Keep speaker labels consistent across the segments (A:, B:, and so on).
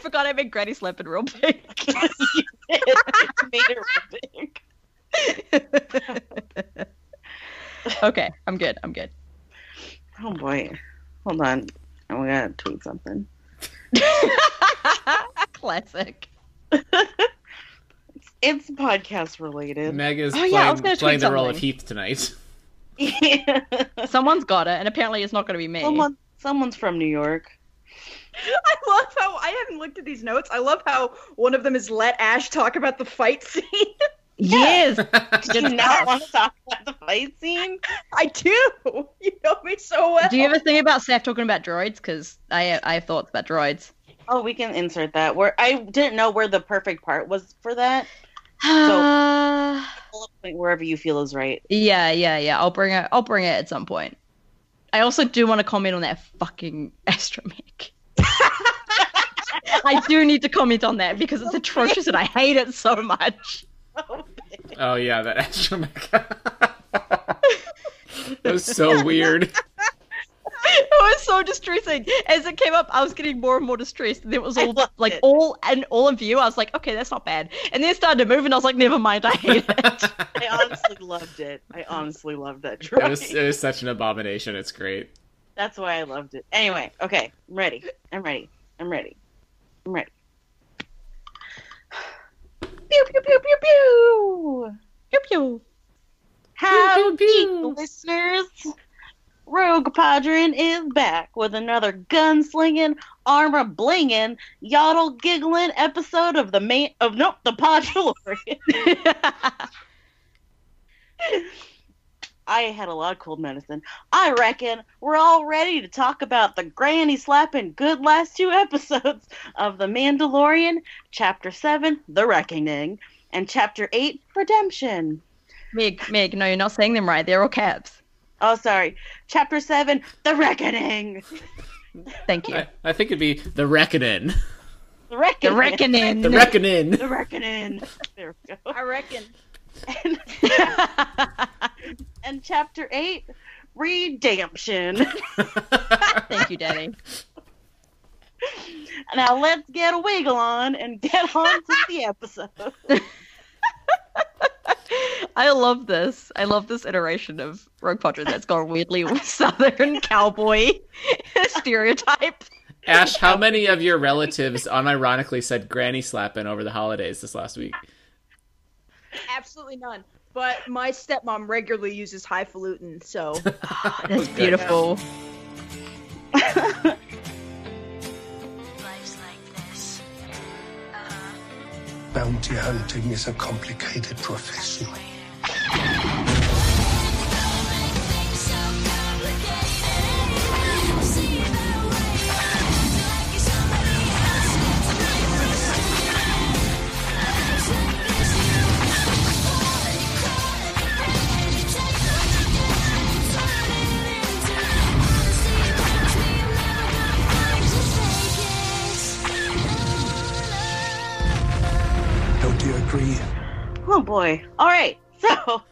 A: forgot I made Granny Slampin real big.
B: you did. You made it real big.
A: okay, I'm good. I'm good.
B: Oh boy. Hold on. Oh, we gotta tweet something.
A: Classic.
B: It's podcast related.
C: Meg is
A: Oh,
C: playing,
A: yeah, I was gonna
C: playing
A: tweet
C: the role of
A: something.
C: Heath tonight.
B: Yeah.
A: Someone's got it, and apparently it's not going to be me.
B: Someone, someone's from New York.
D: I love how I haven't looked at these notes. I love how one of them is let Ash talk about the fight scene.
A: Yes,
B: Do you not want to talk about the fight scene?
D: I do. You know me so well.
A: Do you ever think about Seth talking about droids? Because I I have thoughts about droids.
B: Oh, we can insert that. Where I didn't know where the perfect part was for that.
A: Uh,
B: Bullet point wherever you feel is right.
A: yeah, yeah, yeah. I'll bring it. I'll bring it at some point. I also do want to comment on that fucking astromech. I do need to comment on that because it's atrocious and I hate it so much.
C: Oh yeah, that astromech. that was so weird.
A: It was so distressing. As it came up, I was getting more and more distressed. And then it was
B: I
A: all
B: loved
A: like
B: it.
A: all and all of you. I was like, okay, that's not bad. And then it started to move, and I was like, never mind. I hate it.
B: I honestly loved it. I honestly loved that
C: It
B: drug.
C: was it was such an abomination. It's great.
B: That's why I loved it. Anyway, okay, I'm ready. I'm ready. I'm ready. I'm ready. Pew pew pew pew pew.
A: Pew, pew.
B: Howdy,
C: pew.
B: listeners! Rogue Padron is back with another gunslinging, armor blinging, yodel giggling episode of the main of nope the Podularian. I had a lot of cold medicine. I reckon we're all ready to talk about the granny slapping good last two episodes of The Mandalorian, Chapter 7, The Reckoning, and Chapter 8, Redemption.
A: Meg, Meg, no, you're not saying them right. They're all caps.
B: Oh, sorry. Chapter 7, The Reckoning.
A: Thank you.
C: I, I think it'd be the reckoning.
B: The Reckoning.
A: The reckoning.
C: The reckoning.
B: The Reckoning. There we go.
D: I reckon.
B: And, and Chapter 8, Redemption.
A: Thank you, Daddy.
B: Now let's get a wiggle on and get on to the episode.
A: I love this. I love this iteration of Rogue Padron that's gone weirdly Southern cowboy stereotype.
C: Ash, how many of your relatives unironically said granny slapping over the holidays this last week?
D: Oh, Absolutely none. But my stepmom regularly uses highfalutin, so
A: That's beautiful.
E: Life's like this.
F: Bounty hunting is a complicated profession. Don't you agree?
B: Oh boy. All right. So,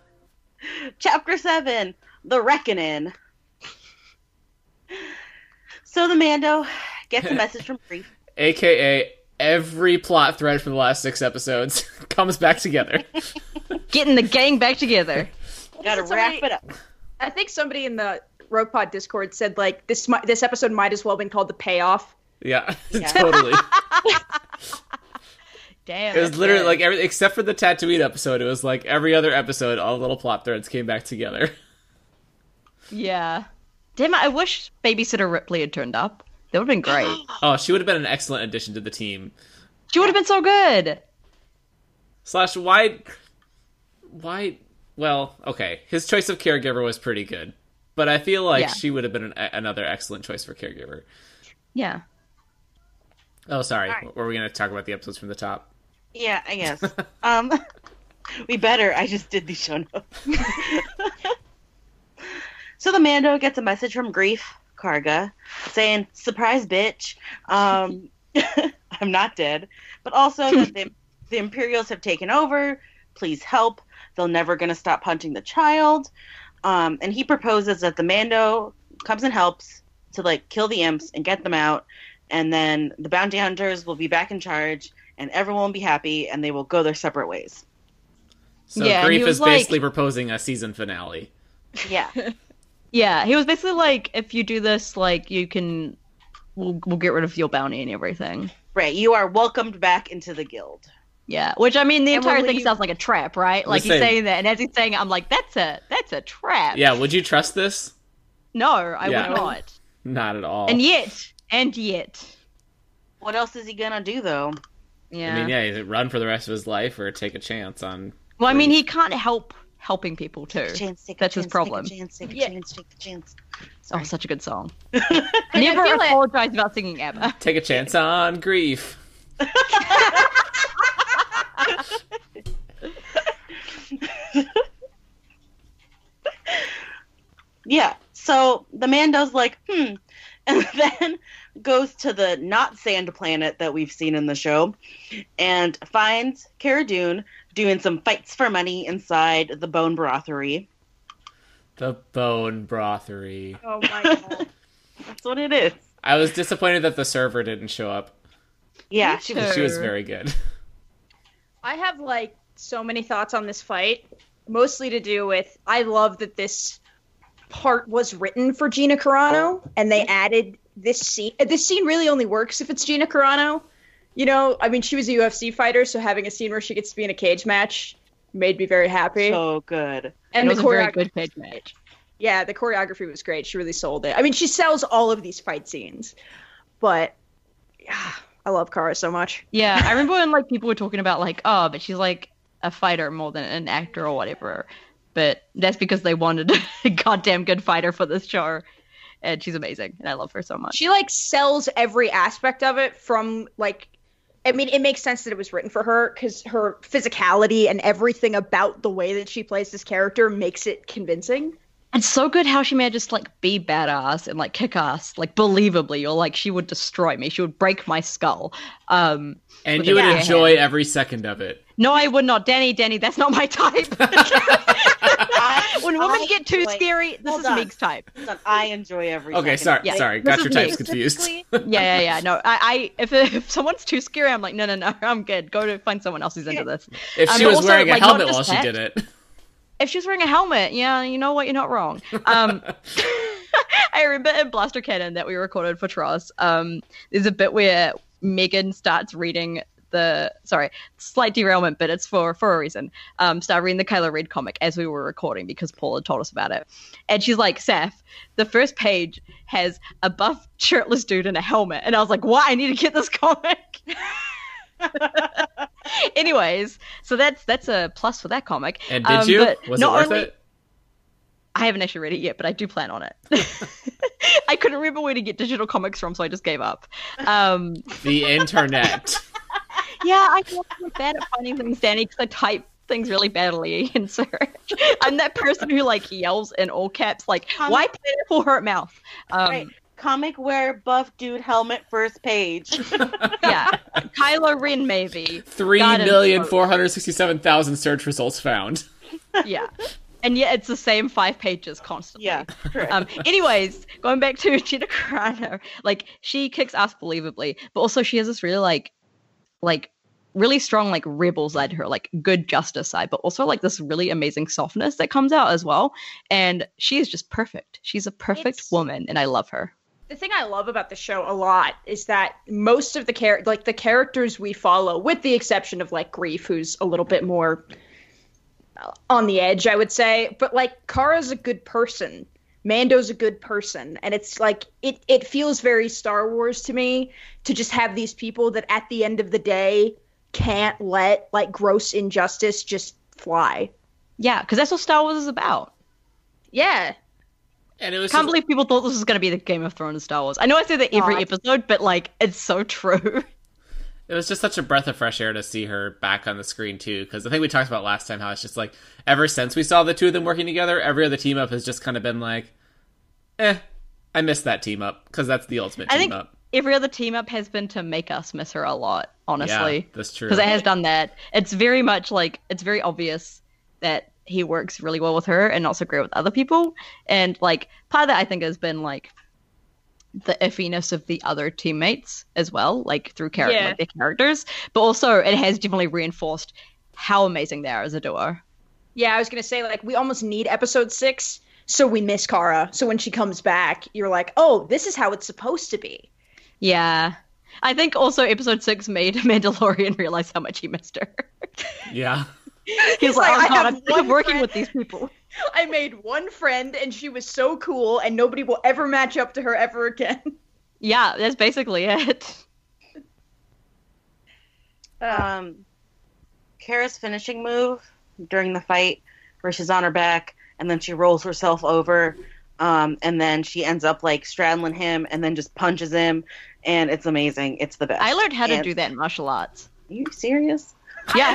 B: chapter 7, The Reckoning. So the Mando gets a message from Grief.
C: AKA every plot thread from the last six episodes comes back together.
A: Getting the gang back together.
B: Got to
D: That's already-
B: wrap it up.
D: I think somebody in the Rogue Pod Discord said like this. mi- This episode might as well have been called the payoff.
C: Yeah,
B: Yeah.
C: totally.
A: Damn.
C: It was
A: that's
C: literally
A: good.
C: like every except for the Tatooine episode. It was like every other episode, all the little plot threads came back together.
A: Yeah. Damn it, I wish babysitter Ripley had turned up. That would have been great.
C: Oh, she would have been an excellent addition to the team.
A: She would have been so good.
C: Slash, why, why? Well, okay, his choice of caregiver was pretty good, but I feel like
A: Yeah.
C: she would have been an, another excellent choice for caregiver.
A: Yeah.
C: Oh, sorry, were we going to talk about the episodes from the top?
B: Yeah, I guess. um, we better. I just did the show notes. so the Mando gets a message from Grief Karga saying, "Surprise, bitch! Um, I'm not dead, but also that the, the Imperials have taken over. Please help. They're never gonna stop hunting the child." Um, and he proposes that the Mando comes and helps to like kill the imps and get them out, and then the bounty hunters will be back in charge, and everyone will be happy, and they will go their separate ways.
C: So
A: Yeah, and he
C: grief
A: was
C: is
A: like-
C: basically proposing a season finale.
B: Yeah.
A: Yeah, he was basically like, if you do this, like you can, we'll we'll get rid of your bounty and everything.
B: Right, you are welcomed back into the guild.
A: Yeah, which I mean, the
D: And
A: entire
D: will
A: thing
D: you-
A: sounds like a trap, right? Like he's
C: Listen.
A: saying that, and as he's saying, it, I'm like, that's a that's a trap.
C: Yeah, would you trust this?
A: No, I
C: Yeah.
A: would not.
C: Not at all.
A: And yet, and yet,
B: What else is he gonna do though?
A: yeah.
C: I mean, yeah, is it run for the rest of his life or take a chance on?
A: Well, I mean, he can't help helping people too.
B: Take a chance, take a
A: That's his
B: chance,
A: problem.
B: Take a chance, take a
D: Yeah.
B: chance, take a chance.
A: Oh,
B: Sorry.
A: such a good song.
D: I
A: Never
D: feel like-
A: apologize about singing ABBA.
C: Take a chance on grief.
B: Yeah. So the Mando's like, hmm, and then goes to the not sand planet that we've seen in the show, and finds Cara Dune doing some fights for money inside the Bone Brothery.
C: The bone brothery.
D: Oh my god.
B: That's what it is.
C: I was disappointed that the server didn't show up.
B: Yeah.
A: Me
B: she-
A: too.
C: She was
A: Sure.
C: very good.
D: I have like so many thoughts on this fight, mostly to do with I love that this part was written for Gina Carano and they added this scene. uh, This scene really only works if it's Gina Carano. You know, I mean, she was a UFC fighter, so having a scene where she gets to be in a cage match made me very happy.
B: So good.
A: And
D: and
A: it
D: the
A: was a very
D: choreo-
A: good page match.
D: yeah, the choreography was great. She really sold it. I mean, she sells all of these fight scenes, but yeah, I love Kara so much.
A: Yeah, I remember when like people were talking about like, oh, but she's like a fighter more than an actor or whatever. But that's because they wanted a goddamn good fighter for this show, and she's amazing, and I love her so much.
D: She like sells every aspect of it from like I mean, it makes sense that it was written for her cuz her physicality and everything about the way that she plays this character makes it convincing.
A: It's so good how she manages to like be badass and like kick ass, like believably, or like she would destroy me, she would break my skull. Um,
C: And
A: With
C: you
A: a
C: would
A: bare
C: enjoy every second of it.
A: no, I would not, Danny. Danny, that's not my type.
B: I-
A: when women
B: I
A: get too
B: enjoy-
A: scary, this
B: Hold
A: is
B: on.
A: Meg's type.
B: Listen, I enjoy every.
C: Okay,
B: second
C: sorry,
B: of
A: Yeah.
B: it.
C: sorry,
A: This
C: got
A: is
C: your
A: me.
C: types confused.
E: Specifically,
A: Yeah, yeah, yeah. No, I, I if if someone's too scary, I'm like, no, no, no, I'm good. Go to find someone else who's into this.
C: If
A: Um,
C: she
A: but
C: was
A: also,
C: wearing a
A: like, not
C: helmet
A: just
C: while she
A: that.
C: did it,
A: If she was wearing a helmet, yeah, you know what? You're not wrong. Um, I remember in Blaster Cannon that we recorded for Tross. Um, there's a bit where Megan starts reading the sorry slight derailment, but it's for for a reason. Um, start reading the Kylo Ren comic as we were recording because Paul had told us about it, and she's like, "Saf, the first page has a buff shirtless dude in a helmet," and I was like, "What? I need to get this comic." Anyways, so that's that's a plus for that comic.
C: and did
A: Um,
C: you?
A: but
C: Was it
A: not
C: worth
A: only-
C: it?
A: I haven't actually read it yet, but I do plan on it. I couldn't remember where to get digital comics from, so I just gave up. Um,
C: The internet.
A: yeah, I'm not bad at finding things, Danny, because I type things really badly in search. I'm that person who like yells in all caps, like
B: Comic-
A: "Why pitiful hurt mouth?" Um,
B: Um, Right. Comic wear buff dude helmet first page.
A: Yeah, Kylo Ren maybe.
C: Three
A: Not in
C: million
A: quotes.
C: four hundred sixty-seven thousand search results found.
A: Yeah, and yet it's the same five pages constantly.
B: yeah. Correct.
A: um, anyways, going back to Gina Carano, like she kicks ass believably, but also she has this really like, like really strong like rebel side to her, like good justice side, but also like this really amazing softness that comes out as well. And she is just perfect. She's a perfect
D: It's-
A: woman, and I love her.
D: The thing I love about the show a lot is that most of the char- like the characters we follow with the exception of like Grief who's a little bit more uh, on the edge, I would say, but like Kara's a good person. Mando's a good person and it's like it it feels very Star Wars to me to just have these people that at the end of the day can't let like gross injustice just fly.
A: Yeah, because that's what Star Wars is about.
D: Yeah.
C: And it was
A: Can't
C: just-
A: believe people thought this was going to be the Game of Thrones Star Wars. I know I say that every
D: Aw.
A: episode, but like it's so true.
C: It was just such a breath of fresh air to see her back on the screen too, because I think we talked about last time how it's just like ever since we saw the two of them working together, every other team up has just kind of been like, eh, I miss that team up because that's the ultimate
A: I
C: team
A: think
C: up.
A: every other team up has been to make us miss her a lot, honestly.
C: yeah, that's true.
A: because it has done that. It's very much like it's very obvious that he works really well with her and not so great with other people. And like part of that I think has been like the iffiness of the other teammates as well, like through character,
D: Yeah.
A: like their characters, but also it has definitely reinforced how amazing they are as a duo.
D: Yeah, I was gonna say like we almost need episode six, so we miss Kara. So when she comes back, you're like, oh, this is how it's supposed to be.
A: Yeah. I think also episode six made Mandalorian realize how much he missed her.
C: Yeah.
A: He's,
D: like,
A: like,
D: "I
A: oh god, I'm
D: have
A: sick of
D: one
A: working
D: friend."
A: with these people.
D: I made one friend, and she was so cool, and nobody will ever match up to her ever again.
A: Yeah, that's basically it. Uh,
B: Um, Kara's finishing move during the fight, where she's on her back and then she rolls herself over, um, and then she ends up like straddling him and then just punches him, and it's amazing. It's the best.
A: I learned how to
B: And-
A: do that in martial arts.
B: Are you serious?
A: Yeah,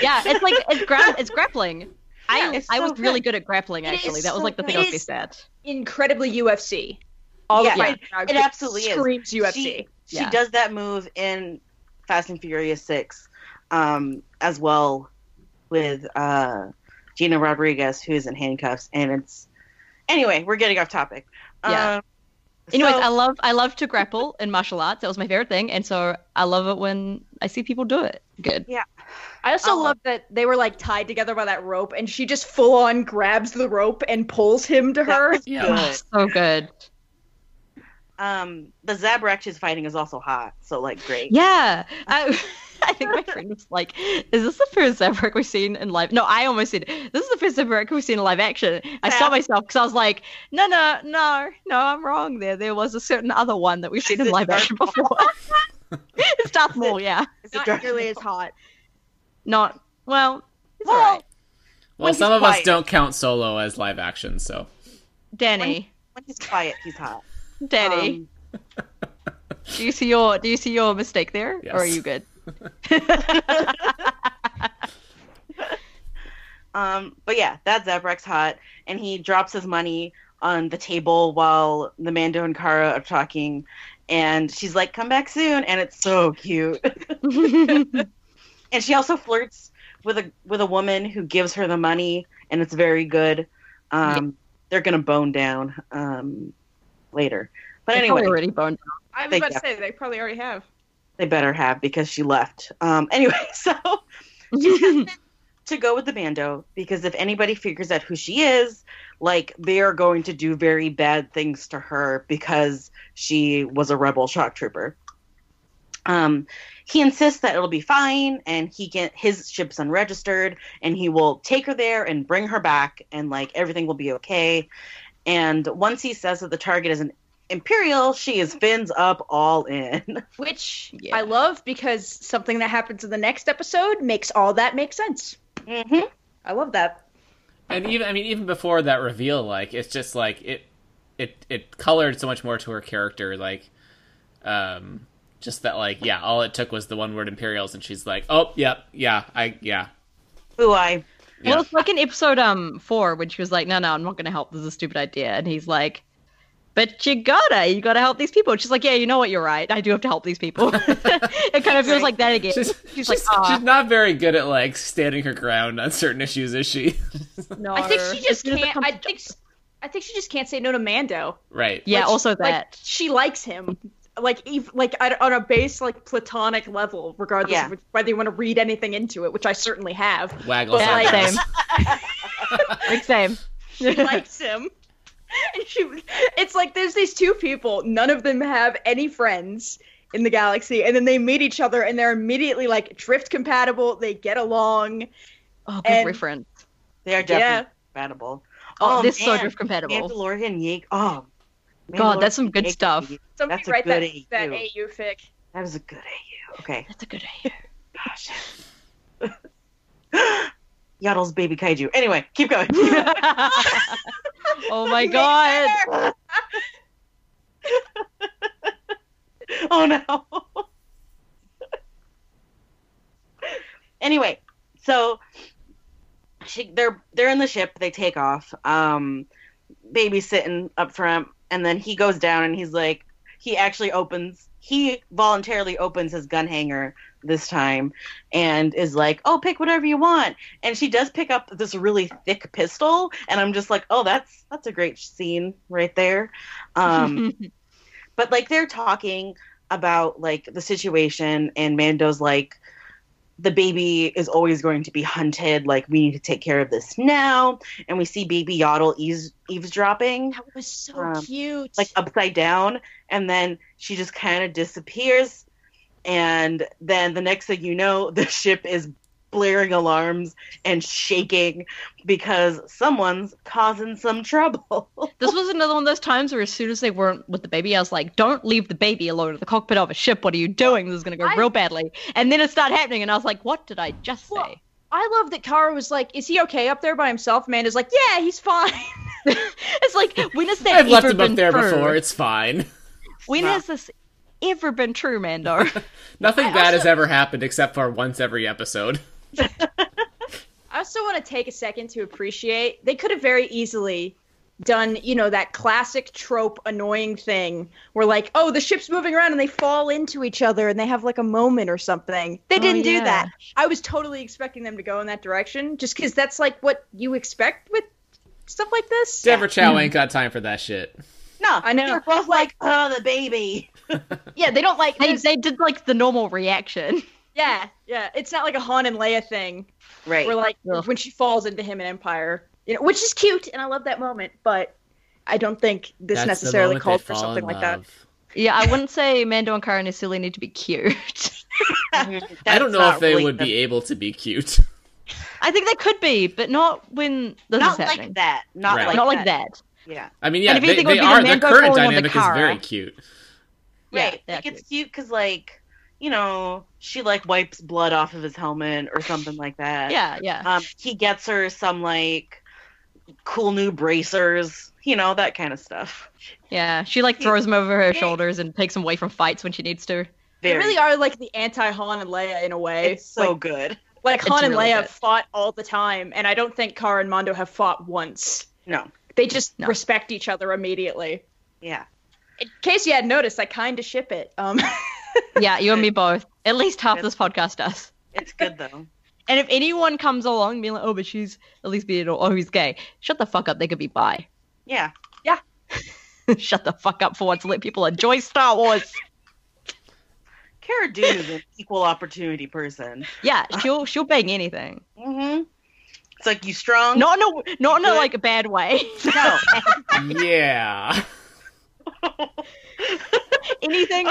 A: yeah, it's like it's gra- it's grappling. I
B: Yeah, it's
A: I
B: so
A: was
B: good.
A: really good at grappling
D: It is
A: actually. That was
D: so
A: like the thing
D: good.
A: I
D: It
A: was
D: is-
A: best at.
D: Incredibly UFC. All
B: Yeah.
D: the fighting crowd
B: It
D: just
B: absolutely is.
D: screams UFC.
B: She, she
A: Yeah.
B: does that move in Fast and Furious Six, um, as well with uh, Gina Rodriguez, who is in handcuffs, and it's. Anyway, we're getting off topic.
A: Yeah.
B: Um,
A: Anyways,
B: so-
A: I love I love to grapple in martial arts. That was my favorite thing, and so I love it when I see people do it. Good.
D: I also
B: Oh.
D: love that they were like tied together by that rope, and she just full on grabs the rope and pulls him to
B: That
D: her.
B: was
C: Yeah.
B: good.
A: So good.
B: Um, the Zabrak she's fighting is also hot, so like great.
A: Yeah. I, I think my friend was like, "Is this the first Zabrak we've seen in live?" No, I almost said, "This is the first Zabrak we've seen in live action." I
B: Yeah.
A: stopped myself because I was like, "No, no, no, no, I'm wrong. There, there was a certain other one that we've seen in
B: Is it
A: live
B: Darth
A: action before." it's Darth Maul, yeah.
B: Is it
D: Not
B: Darth
D: nearly
B: Maul?
D: as hot.
A: Not well. It's
B: Well,
A: alright.
B: When
C: Well,
B: he's
C: some of us
B: quiet.
C: don't count solo as live action, so
A: Danny,
B: When he's quiet, he's hot.
A: Danny,
B: Um,
A: do you see your do you see your mistake there, or are
C: Yes.
A: you good?
B: Um, but yeah, that Zabrak's hot, and he drops his money on the table while the Mando and Kara are talking, and she's like, "Come back soon," and it's so cute. and she also flirts with a with a woman who gives her the money, and it's very good. Um, They're gonna bone down um, later, but
A: They're
B: anyway,
A: probably already boned.
D: I was
B: They
D: about to
B: def-
D: say they probably already have.
B: they better have because she left. Um, anyway, so to go with the Mando because if anybody figures out who she is, like they are going to do very bad things to her because she was a rebel shock trooper. Um, he insists that it'll be fine, and he can his ship's unregistered, and he will take her there and bring her back, and like everything will be okay. And once he says that the target is an Imperial, she is fins up all in.
D: Which
A: Yeah.
D: I love because something that happens in the next episode makes all that make sense.
B: hmm
D: I love that.
C: and even I mean even before that reveal, like it's just like it it it colored so much more to her character, like um just that like yeah, all it took was the one word Imperials, and she's like, oh yep, yeah, I yeah.
B: Who I
A: Well, it's like in episode um four when she was like, "No, no, I'm not going to help. This is a stupid idea," and he's like, "But you gotta, you gotta help these people." And she's like, "Yeah, you know what? You're right. I do have to help these people." it kind of feels like that again.
C: She's,
A: She's,
C: she's,
A: like, "Ah,
C: she's not very good at like standing her ground on certain issues, is she?
A: no."
D: I think she
A: As
D: just
A: soon as it
D: can't.
A: comes
D: I
A: to-
D: think. s- I think she just can't say no to Mando.
C: right.
A: yeah.
D: Like,
A: also
D: like,
A: that.
D: she likes him, like ev- like I- on a base like platonic level, regardless
B: Yeah.
D: of which- whether you want to read anything into it, which I certainly have.
C: Waggles.
A: yeah,
C: her
A: like
C: ass.
A: same. like same.
D: She likes him, and she. It's like there's these two people. None of them have any friends in the galaxy, and then they meet each other, and they're immediately like drift compatible. They get along.
A: Oh, good
D: And- um,
A: reference.
B: they are
D: Yeah.
B: definitely compatible.
A: Oh, this is so
B: man.
A: drift compatible.
B: Mandalorian Yeek. Oh,
A: God,
B: Mandalorian
A: that's some good
B: Yeek.
A: stuff.
D: Somebody
B: That's a
D: write
B: good
D: that
B: AU.
D: that AU fic.
B: That is a good AU. Okay.
A: That's a good idea.
B: Gosh. Yaddle's baby kaiju. Anyway, keep going.
A: oh my god.
B: oh no. anyway, so she, they're they're in the ship. They take off. Um, baby's sitting up front, and then he goes down, and he's like, he actually opens he voluntarily opens his gun hanger this time and is like, "Oh, pick whatever you want." And she does pick up this really thick pistol, and I'm just like, "Oh, that's that's a great scene right there." Um, but like they're talking about like the situation, and Mando's like, "The baby is always going to be hunted. Like we need to take care of this now." And we see Baby Yaddle eaves- eavesdropping
D: That was so
B: Um,
D: cute.
B: like upside down and then she just kind of disappears and then the next thing you know the ship is blaring alarms and shaking because someone's causing some trouble
A: This was another one of those times where as soon as they weren't with the baby, I was like, don't leave the baby alone in the cockpit of a ship. What are you doing? This is going to go
D: I-
A: real badly. And then it started happening, and I was like, what did I just say?
D: Well, I love that Kara was like, "Is he okay up there by himself?" Amanda's like, "Yeah, he's fine."
A: it's like, when has that
C: I've left
A: ever
C: him up
A: been
C: there
A: true?
C: before. It's fine.
A: When has this ever been true, Mando?
C: Nothing bad has ever happened except for once every episode.
D: I also want to take a second to appreciate they could have very easily done, you know, that classic trope annoying thing where like, oh, the ship's moving around and they fall into each other and they have like a moment or something. They
A: Oh,
D: didn't
A: yeah.
D: do that. I was totally expecting them to go in that direction just cuz that's like what you expect with stuff like this.
C: Deborah Chow ain't got time for that shit.
B: no
D: I know.
B: they're both like oh the baby
D: Yeah, they don't like
A: they,
D: there's-
A: they did like the normal reaction.
D: Yeah, yeah. It's not like a Han and Leia thing
B: right
D: where like
A: Ugh.
D: when she falls into him in Empire, you know, which is cute and I love that moment, but I don't think this
C: That's the
D: necessarily
C: moment
D: called
C: they
D: for
C: fall
D: something
C: in
D: like that.
C: love.
A: Yeah, I wouldn't say Mando and Kara necessarily need to be cute. Mm-hmm.
C: I don't
B: That's
C: know if
B: not
C: they
B: really
C: would
B: the-
C: be able to be cute.
A: I think they could be, but not when this
B: not
A: is happening.
B: like that not
C: Right.
B: like
A: not
B: that.
A: like that.
B: yeah
C: I mean, yeah,
A: And if
C: they,
A: anything, it would be
C: they
A: the
C: are. Their
A: man go
C: current
A: forward on the
C: dynamic is
A: Kara.
C: very cute.
A: Yeah,
B: right
A: they're
B: like it's
A: cute.
B: cute because like you know she like wipes blood off of his helmet or something like that
A: Yeah, yeah.
B: um, he gets her some like cool new bracers, you know, that kind of stuff.
A: Yeah, she like throws him over her
D: They-
A: shoulders and takes him away from fights when she needs to.
D: They
B: Very,
D: really are like the anti Han and Leia in a way.
B: it's so good.
D: like, like
A: It's
D: Han and
A: really
D: Leia
A: good.
D: fought all the time, and I don't think Kara and Mondo have fought once.
B: No,
D: They just
A: No.
D: respect each other immediately.
B: yeah,
D: In case you had noticed, I kind of ship it. Um,
A: Yeah, you and me both. At least half this podcast does.
B: it's good though.
A: And if anyone comes along being like, oh, but she's at least being, oh, he's gay, shut the fuck up. They could be bi.
B: Yeah,
A: shut the fuck up for once. Let people enjoy Star Wars.
B: Cara Dune is an equal opportunity person.
A: Yeah, she'll she'll bang anything.
B: hmm It's like you strong.
A: Not in a not in a
B: Good.
A: like a bad way.
B: no.
C: yeah.
A: anything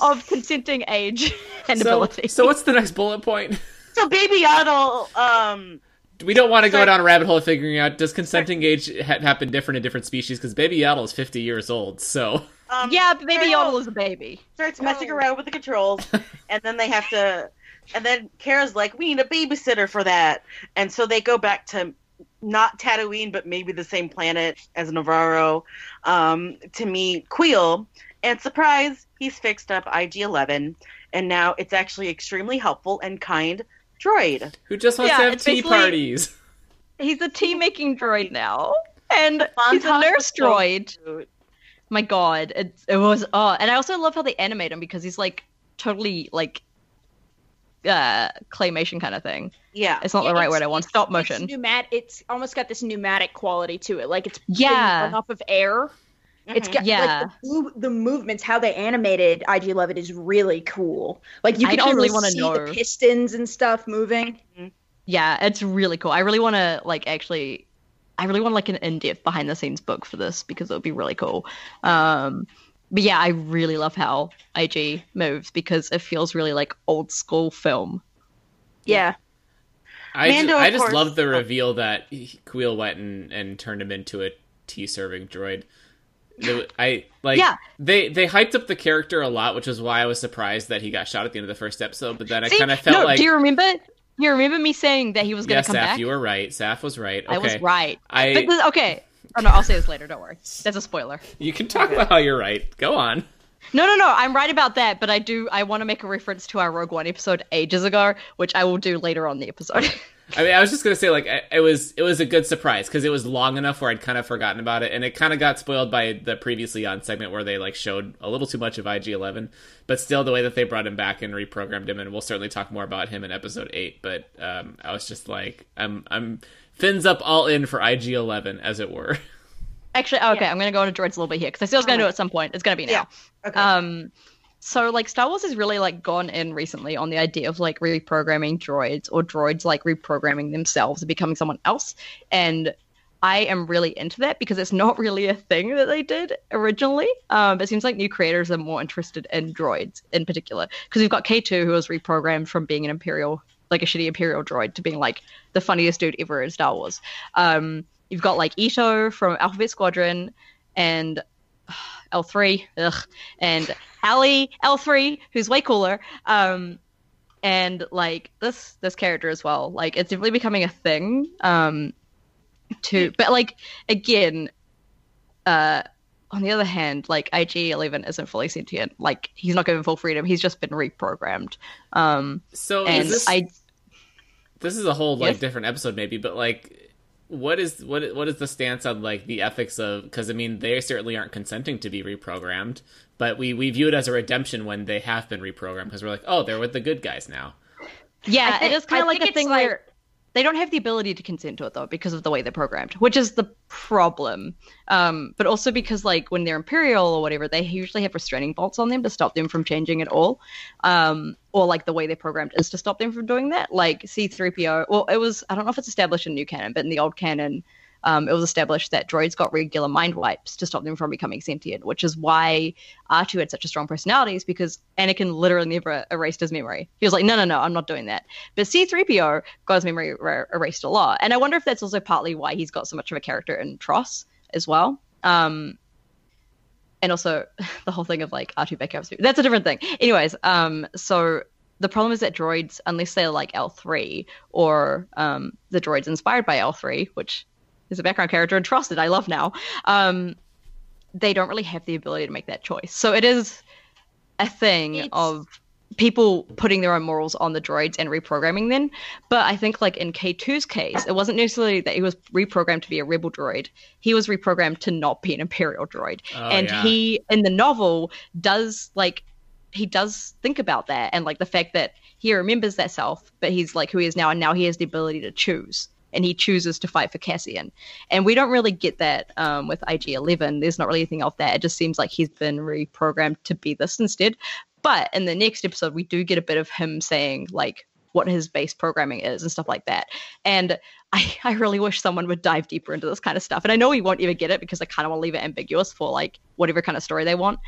A: of consenting age and
C: So,
A: ability.
C: so what's the next bullet point?
B: So Baby Yaddle, um,
C: We don't want to go
B: Sorry.
C: down a rabbit hole of figuring out does consenting age ha- happen different in different species? Because Baby Yaddle is fifty years old, so
B: um
A: yeah, but baby
B: Carol
A: Yaddle is a baby.
B: starts messing
D: No.
B: around with the controls, and then they have to. And then Kara's like, "We need a babysitter for that," and so they go back to not Tatooine, but maybe the same planet as Navarro um, to meet Queel. And surprise, he's fixed up IG-11, and now it's actually extremely helpful and kind droid.
C: who just wants
A: Yeah,
C: to have
A: it's
C: tea
A: basically-
C: parties?
A: He's a tea making droid now. And he's a
B: Montage
A: nurse
B: was so
A: droid.
B: cute.
A: My god. It, it was oh and I also love how they animate him because he's like totally like uh claymation kind of thing.
B: Yeah,
A: It's not the
D: Yeah,
A: right
D: it's-
A: word I want. Stop
D: It's,
A: motion.
D: pneumat- it's almost got this pneumatic quality to it. Like it's being
A: Yeah.
D: run off of air. It's
B: Mhm.
D: got,
A: Yeah.
D: like, the, move, the movements, how they animated IG Eleven is really cool. Like you
A: I
D: can
A: don't really
D: almost
A: wanna
D: see
A: know.
D: the pistons and stuff moving.
A: Yeah, it's really cool. I really wanna like actually I really want like an in-depth behind the scenes book for this because it would be really cool. Um but yeah, I really love how IG moves because it feels really like old school film.
D: Yeah,
C: I, ju-
B: Mando,
C: I
B: of
C: just
B: course.
C: love
A: uh,
C: the reveal that he- Queel went and, and turned him into a tea serving droid. The- I like
A: Yeah.
C: they they hyped up the character a lot, which is why I was surprised that he got shot at the end of the first episode. But then I
A: See?
C: kind of felt
A: no,
C: like
A: do you remember? You remember me saying that he was going
C: yes,
A: to come
C: Saf,
A: back?
C: you were right. Saf was right. Okay.
A: I was right.
C: I-
A: But this- okay. Oh no, I'll say this later. Don't worry. That's a spoiler.
C: You can talk about how you're right. Go on.
A: No, no, no. I'm right about that, but I do. I want to make a reference to our Rogue One episode ages ago, which I will do later on the episode.
C: I mean, I was just gonna say like I- it was it was a good surprise because it was long enough where I'd kind of forgotten about it, and it kind of got spoiled by the previously on segment where they like showed a little too much of IG Eleven, but still the way that they brought him back and reprogrammed him, and we'll certainly talk more about him in episode eight. But um, I was just like, I'm I'm fins up all in for IG Eleven as it were.
A: Actually, oh, okay, I'm gonna go into droids a little bit here because I still was gonna do it at some point. It's gonna be now.
D: Okay.
A: Um, so like Star Wars has really like gone in recently on the idea of like reprogramming droids or droids like reprogramming themselves and becoming someone else, and I am really into that because it's not really a thing that they did originally. Um, it seems like new creators are more interested in droids in particular because we've got K2 who was reprogrammed from being an imperial like a shitty imperial droid to being like the funniest dude ever in Star Wars. Um, you've got like Ito from Alphabet Squadron and L3, ugh, and Ali L3, who's way cooler. Um, and like this this character as well. Like it's definitely becoming a thing. Um, to
C: Hmm.
A: but like again, uh, on the other hand, like IG Eleven isn't fully sentient. Like he's not given full freedom. He's just been reprogrammed. Um,
C: So
A: and
C: is this,
A: I
C: this is a whole like
A: Yes?
C: different episode maybe but like what is what what is the stance on like the ethics of because i mean they certainly aren't consenting to be reprogrammed but we we view it as a redemption when they have been reprogrammed because we're like oh they're with the good guys now
A: yeah,
D: I think-
A: it is kind
D: I
A: of like
D: think
A: a
D: it's
A: thing
D: like-
A: where they don't have the ability to consent to it though because of the way they're programmed which is the problem um, but also because like when they're imperial or whatever they usually have restraining bolts on them to stop them from changing at all um, or like the way they're programmed is to stop them from doing that like c3po well it was i don't know if it's established in new canon but in the old canon um, it was established that droids got regular mind wipes to stop them from becoming sentient, which is why R2 had such a strong personality, is because Anakin literally never erased his memory. He was like, no, no, no, I'm not doing that. But C3PO got his memory er- erased a lot. And I wonder if that's also partly why he's got so much of a character in Tross as well. Um, and also the whole thing of like R2 back up. That's a different thing. Anyways, um, so the problem is that droids, unless they're like L3 or um, the droids inspired by L3, which is a background character and trusted, I love now, um, they don't really have the ability to make that choice. So it is a thing
D: It's-
A: of people putting their own morals on the droids and reprogramming them. But I think, like in K2's case, it wasn't necessarily that he was reprogrammed to be a rebel droid, he was reprogrammed to not be an imperial droid
C: oh,
A: and
C: yeah.
A: he in the novel does like he does think about that and like the fact that he remembers that self but he's like who he is now and now he has the ability to choose and he chooses to fight for Cassian and we don't really get that um, with IG-11 there's not really anything of that it just seems like he's been reprogrammed to be this instead but in the next episode we do get a bit of him saying like what his base programming is and stuff like that and I, I really wish someone would dive deeper into this kind of stuff. And I know we won't even get it because I kind of want to leave it ambiguous for like whatever kind of story they want.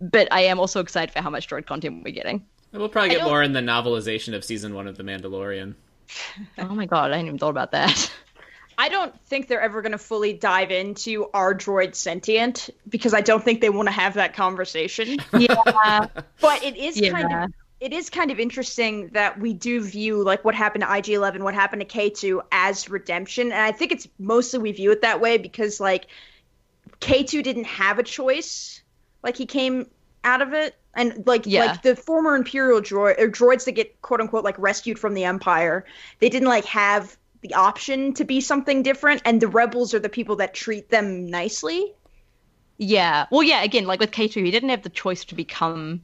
A: But I am also excited for how much droid content we're getting.
C: we'll probably
D: I
C: get
D: don't-
C: more in the novelization of season one of the mandalorian
A: Oh my god, I hadn't even thought about that.
D: I don't think they're ever going to fully dive into are droids sentient because I don't think they want to have that conversation.
A: yeah,
D: But it is kind
A: Yeah.
D: of it is kind of interesting that we do view like what happened to IG11, what happened to K2 as redemption, and I think it's mostly we view it that way because like K2 didn't have a choice, like he came out of it, and like
A: Yeah.
D: like the former Imperial droid or droids that get quote unquote like rescued from the Empire, they didn't like have the option to be something different, and the rebels are the people that treat them nicely.
A: yeah. Well, yeah. Again, like with K two, he didn't have the choice to become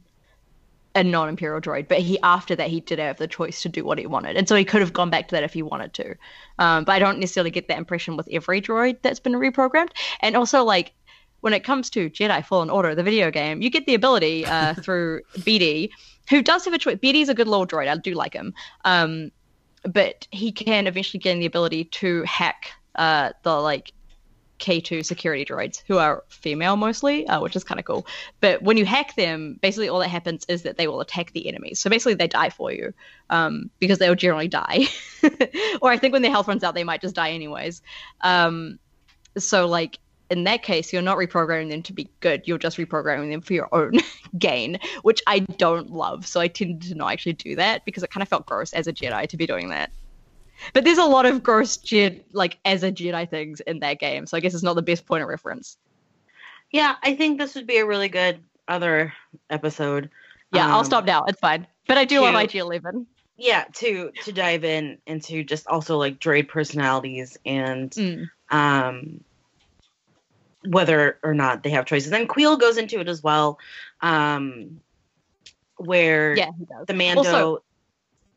A: a non-imperial droid, but he after that he did have the choice to do what he wanted, and so he could have gone back to that if he wanted to. Um, but I don't necessarily get that impression with every droid that's been reprogrammed, and also like when it comes to Jedi Fallen Order, the video game, you get the ability uh, through BD, who does have a choice. BD's a good little droid. I do like him. Um, but he can eventually gain the ability to hack uh, the like K2 security droids, who are female mostly, uh, which is kind of cool. But when you hack them, basically all that happens is that they will attack the enemies. So basically they die for you um, because they will generally die. or I think when their health runs out, they might just die anyways. Um, so like in that case, you're not reprogramming them to be good. You're just reprogramming them for your own gain, which I don't love. So I tend to not actually do that because it kind of felt gross as a Jedi to be doing that. But there's a lot of gross Jed like as a Jedi things in that game. So I guess it's not the best point of reference.
B: Yeah, I think this would be a really good other episode.
A: Yeah, I'll
B: Um,
A: stop now. It's fine. But I do love
B: Cute.
A: IG Eleven.
B: yeah to to dive in into just also like droid personalities and
A: Mm.
B: um whether or not they have choices and queel goes into it as well um where
A: Yeah, he does.
B: the mando
A: Also-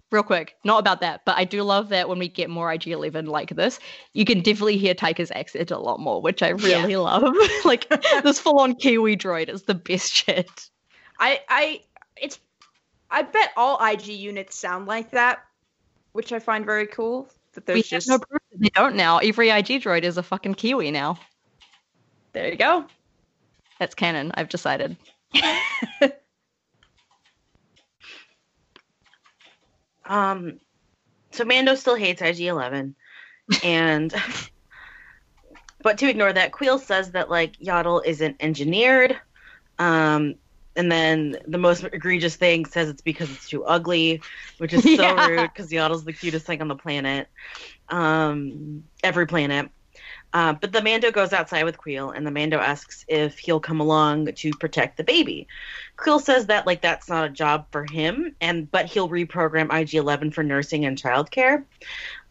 A: Real quick, not about that, but I do love that when we get more IG Eleven like this, you can definitely hear Taika's accent a lot more, which I really love. like this full-on Kiwi droid is the best shit.
D: I I it's I bet all IG units sound like that, which I find very cool. That there's
A: we
D: just
A: have no proof that they don't now. Every IG droid is a fucking Kiwi now.
D: there you go.
A: That's canon. I've decided.
B: um so mando still hates ig-11 and but to ignore that queel says that like yaddle isn't engineered um and then the most egregious thing says it's because it's too ugly which is so
A: Yeah.
B: rude because yaddle's the cutest thing on the planet um every planet uh, but the Mando goes outside with Queel, and the Mando asks if he'll come along to protect the baby. Quill says that like that's not a job for him, and but he'll reprogram IG-11 for nursing and childcare.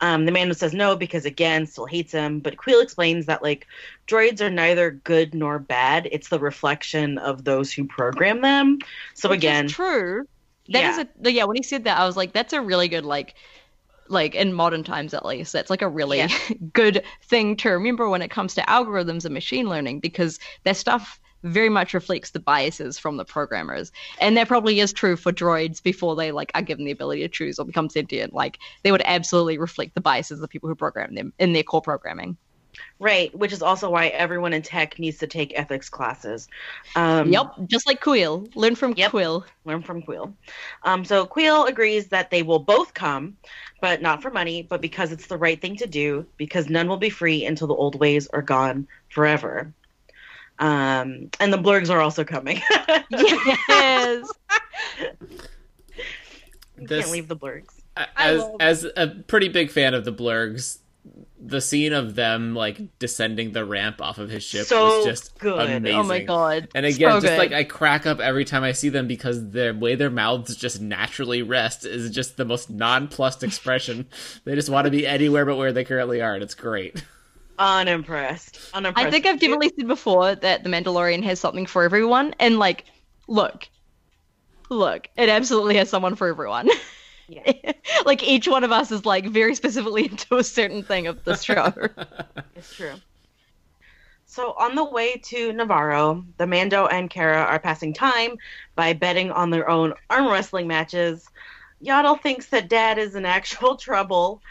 B: Um, the Mando says no because again, still hates him. But Quill explains that like droids are neither good nor bad; it's the reflection of those who program them. So
A: Which is
B: again,
A: true. That is a yeah. When he said that, I was like, that's a really good like, like in modern times at least, that's like a really
B: Yeah.
A: good thing to remember when it comes to algorithms and machine learning because that stuff very much reflects the biases from the programmers and that probably is true for droids before they like are given the ability to choose or become sentient like they would absolutely reflect the biases of the people who program them in their core programming
B: right, which is also why everyone in tech needs to take ethics classes. Um,
A: yep just like quill learn from
B: Yep.
A: quill
B: learn from Queel. Um, so Queel agrees that they will both come, but not for money, but because it's the right thing to do, because none will be free until the old ways are gone forever. Um, and the blurgs are also coming.
A: yes
B: You
C: This-
B: Can't leave the blurgs.
C: A-
D: I
C: as
D: love-
C: as a pretty big fan of the Blurgs, the scene of them like descending the ramp off of his ship
B: So
C: was just
B: good. Oh my
C: amazing.
A: oh my god
C: And
A: So
C: again, just
A: good.
C: like I crack up every time I see them because the way their mouths just naturally rest is just the most nonplussed expression. they just want to be anywhere but where they currently are, and it's great.
B: Unimpressed. Unimpressed.
A: I think I've definitely said before that The Mandalorian has something for everyone, and like, look, look, it absolutely has someone for everyone.
B: Yeah.
A: like each one of us is like very specifically into a certain thing of this show.
B: It's true. So on the way to Navarro, the Mando and Kara are passing time by betting on their own arm wrestling matches. Yaddle thinks that Dad is in actual trouble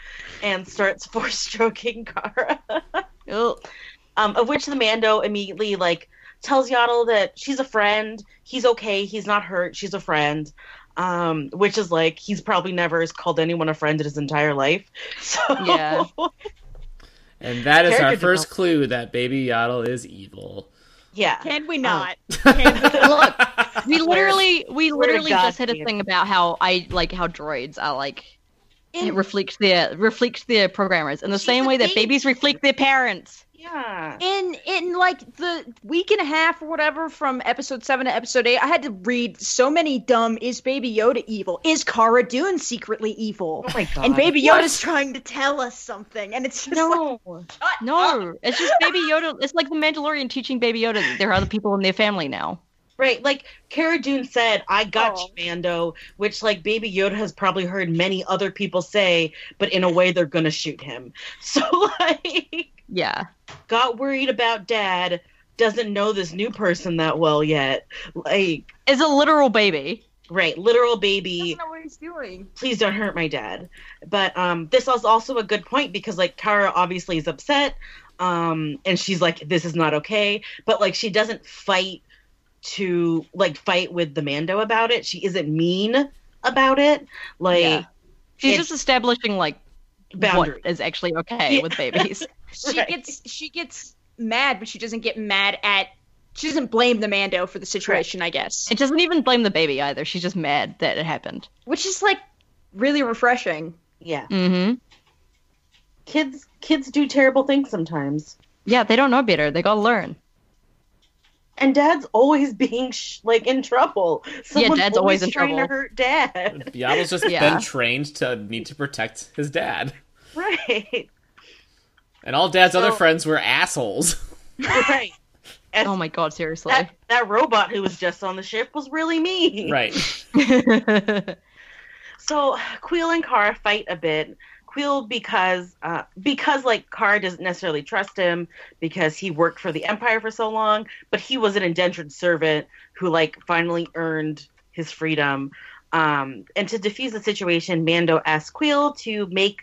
B: and starts force stroking Kara.
A: Ugh.
B: Um, of which the Mando immediately like tells Yaddle that she's a friend, he's okay, he's not hurt, she's a friend. Um, which is like he's probably never has called anyone a friend in his entire life. So
A: Yeah.
C: And that is our
B: Character
C: first clue that Baby Yaddle is evil.
B: yeah.
D: Can we
B: not?
D: not?
A: look, we literally, we
B: Swear to
A: literally
B: God,
A: just had a
B: Ian.
A: thing about how I like how droids are like
B: In-
A: reflect their reflect their programmers in the
D: She's
A: same
D: a
A: way that
D: baby.
A: babies reflect their parents.
B: yeah.
D: in in like the week and a half or whatever from episode seven to episode eight, I had to read so many dumb is Baby Yoda evil? Is Cara Dune secretly evil?
B: Oh my god.
D: And Baby Yoda's trying to tell us something, and it's just like,
B: No.
D: shut up.
A: No, it's just Baby Yoda. It's like the Mandalorian teaching Baby Yoda that there are other people in their family now.
B: Right, like Cara Dune said, I got
D: Oh.
B: you, Mando, which like Baby Yoda has probably heard many other people say, but in a way they're gonna shoot him. So like
A: Yeah.
B: got worried about dad, doesn't know this new person that well yet. Like
A: It's a literal baby.
B: right, literal
D: He
B: baby,
D: doesn't know what he's doing.
B: please don't hurt my dad. But um this is also a good point because like Kara obviously is upset, um, and she's like, This is not okay. But like she doesn't fight to like fight with the Mando about it. She isn't mean about it. Like
A: Yeah. She's
B: It's-
A: just establishing like
B: boundary.
A: what is actually okay
B: Yeah.
A: with babies.
D: She
B: Right.
D: gets she gets mad, but she doesn't get mad at she doesn't blame the Mando for the situation, I guess.
A: it doesn't even blame the baby either. She's just mad that it happened.
D: Which is like really refreshing.
B: Yeah.
A: Mm-hmm.
B: Kids kids do terrible things sometimes.
A: Yeah, they don't know better. They gotta learn.
B: and dad's always being sh- like in trouble. Someone's
A: dad's always in
B: trying
A: trouble.
B: to hurt dad.
C: Yaddle's just
A: Yeah.
C: been trained to need to protect his dad.
B: right,
C: And all dad's other
B: So-
C: friends were assholes.
B: right. And
A: Oh my god, seriously.
B: that that robot who was just on the ship was really mean.
C: right.
B: So Queel and Kara fight a bit. Queel because uh, because like Kara doesn't necessarily trust him because he worked for the Empire for so long, but he was an indentured servant who like finally earned his freedom. Um, and to defuse the situation, Mando asks Queel to make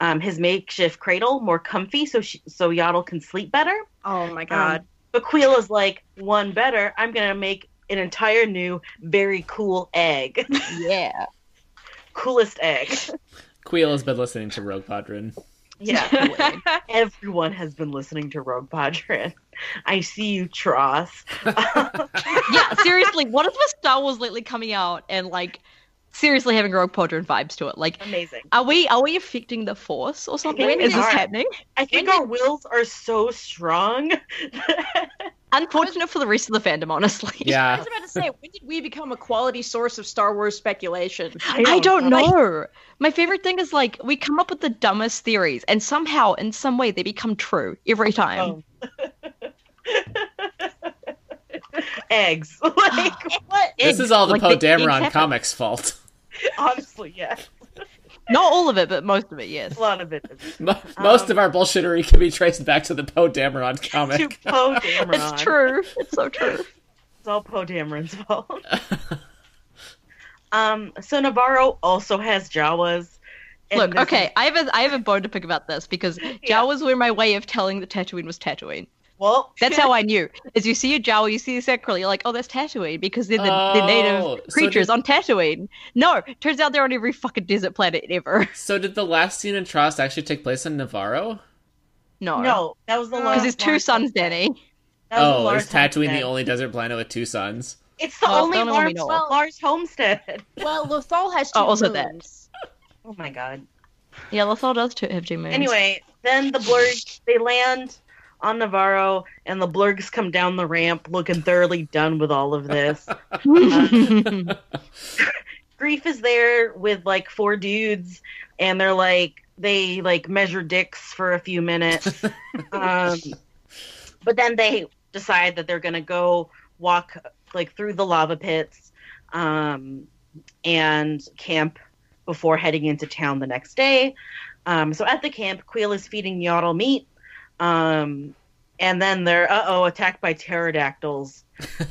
B: um, his makeshift cradle more comfy so she, so Yaddle can sleep better.
D: Oh my god.
B: God. But Queel is like one better. I'm gonna make an entire new very cool egg,
A: yeah.
B: coolest egg.
C: Queel has been listening to Rogue Padron.
B: Yeah. Everyone has been listening to Rogue Padron. I see you, Tross.
A: yeah, seriously, what is with Star Wars lately coming out and like seriously having Rogue Podron vibes to it? Like
B: Amazing.
A: are we are we affecting the force or something?
B: When
A: Is
B: we
A: this
B: are.
A: happening?
B: I think
D: When
B: our wills are so strong.
A: Unfortunate for the rest of the fandom, honestly.
D: I
C: Yeah.
D: was about to say, when did we become a quality source of Star Wars speculation?
A: I don't know. My favorite thing is like we come up with the dumbest theories and somehow in some way they become true every time.
B: Oh. Eggs. like, what?
C: This is all the
A: like the
C: Poe
A: egg
C: Dameron
A: happened.
C: comics' fault.
B: Honestly, yeah.
A: Not all of it, but most of it, yes.
B: A lot of it. is
C: Mo- Most
B: Um,
C: of our bullshittery can be traced back to the Poe Dameron
B: To
C: comic.
B: Poe Dameron.
A: It's true. It's so true.
B: It's all Poe Dameron's fault. um, so Navarro also has Jawas. and
A: Look,
B: this
A: okay,
B: is-
A: I have a I have a bone to pick about this because Jawas were my way of telling that Tatooine was Tatooine.
B: well,
A: That's how I knew. Is you see a Jawa, you see a sacral, you're like, oh, that's Tatooine because they're the, the
C: Oh,
A: native
C: so
A: creatures
C: did-
A: on Tatooine. No, turns out they're on every fucking desert planet ever.
C: so, did the last scene in Trost actually take place in Navarro?
A: No,
B: no, Oh that was the last.
A: because there's two
B: one.
A: sons, Danny.
B: That was
C: Oh,
B: Lars
C: is Tatooine
B: Homestead.
C: the only desert planet with two suns?
B: It's the
A: Oh,
B: only
A: the only one we
B: Lars,
A: know of.
B: well, Lars Homestead.
D: Well, Lothal has two
A: Oh, also that.
D: moons.
B: Oh my god.
A: Yeah, Lothal does too have two moons.
B: Anyway, then the Blurgs they land on Navarro, and the Blurgs come down the ramp looking thoroughly done with all of this. Grief is there with like four dudes, and they're like they like measure dicks for a few minutes, um, but then they decide that they're gonna go walk like through the lava pits, um, and camp before heading into town the next day. Um, so at the camp, Queel is feeding Yaddle meat, um, and then they're uh oh attacked by pterodactyls.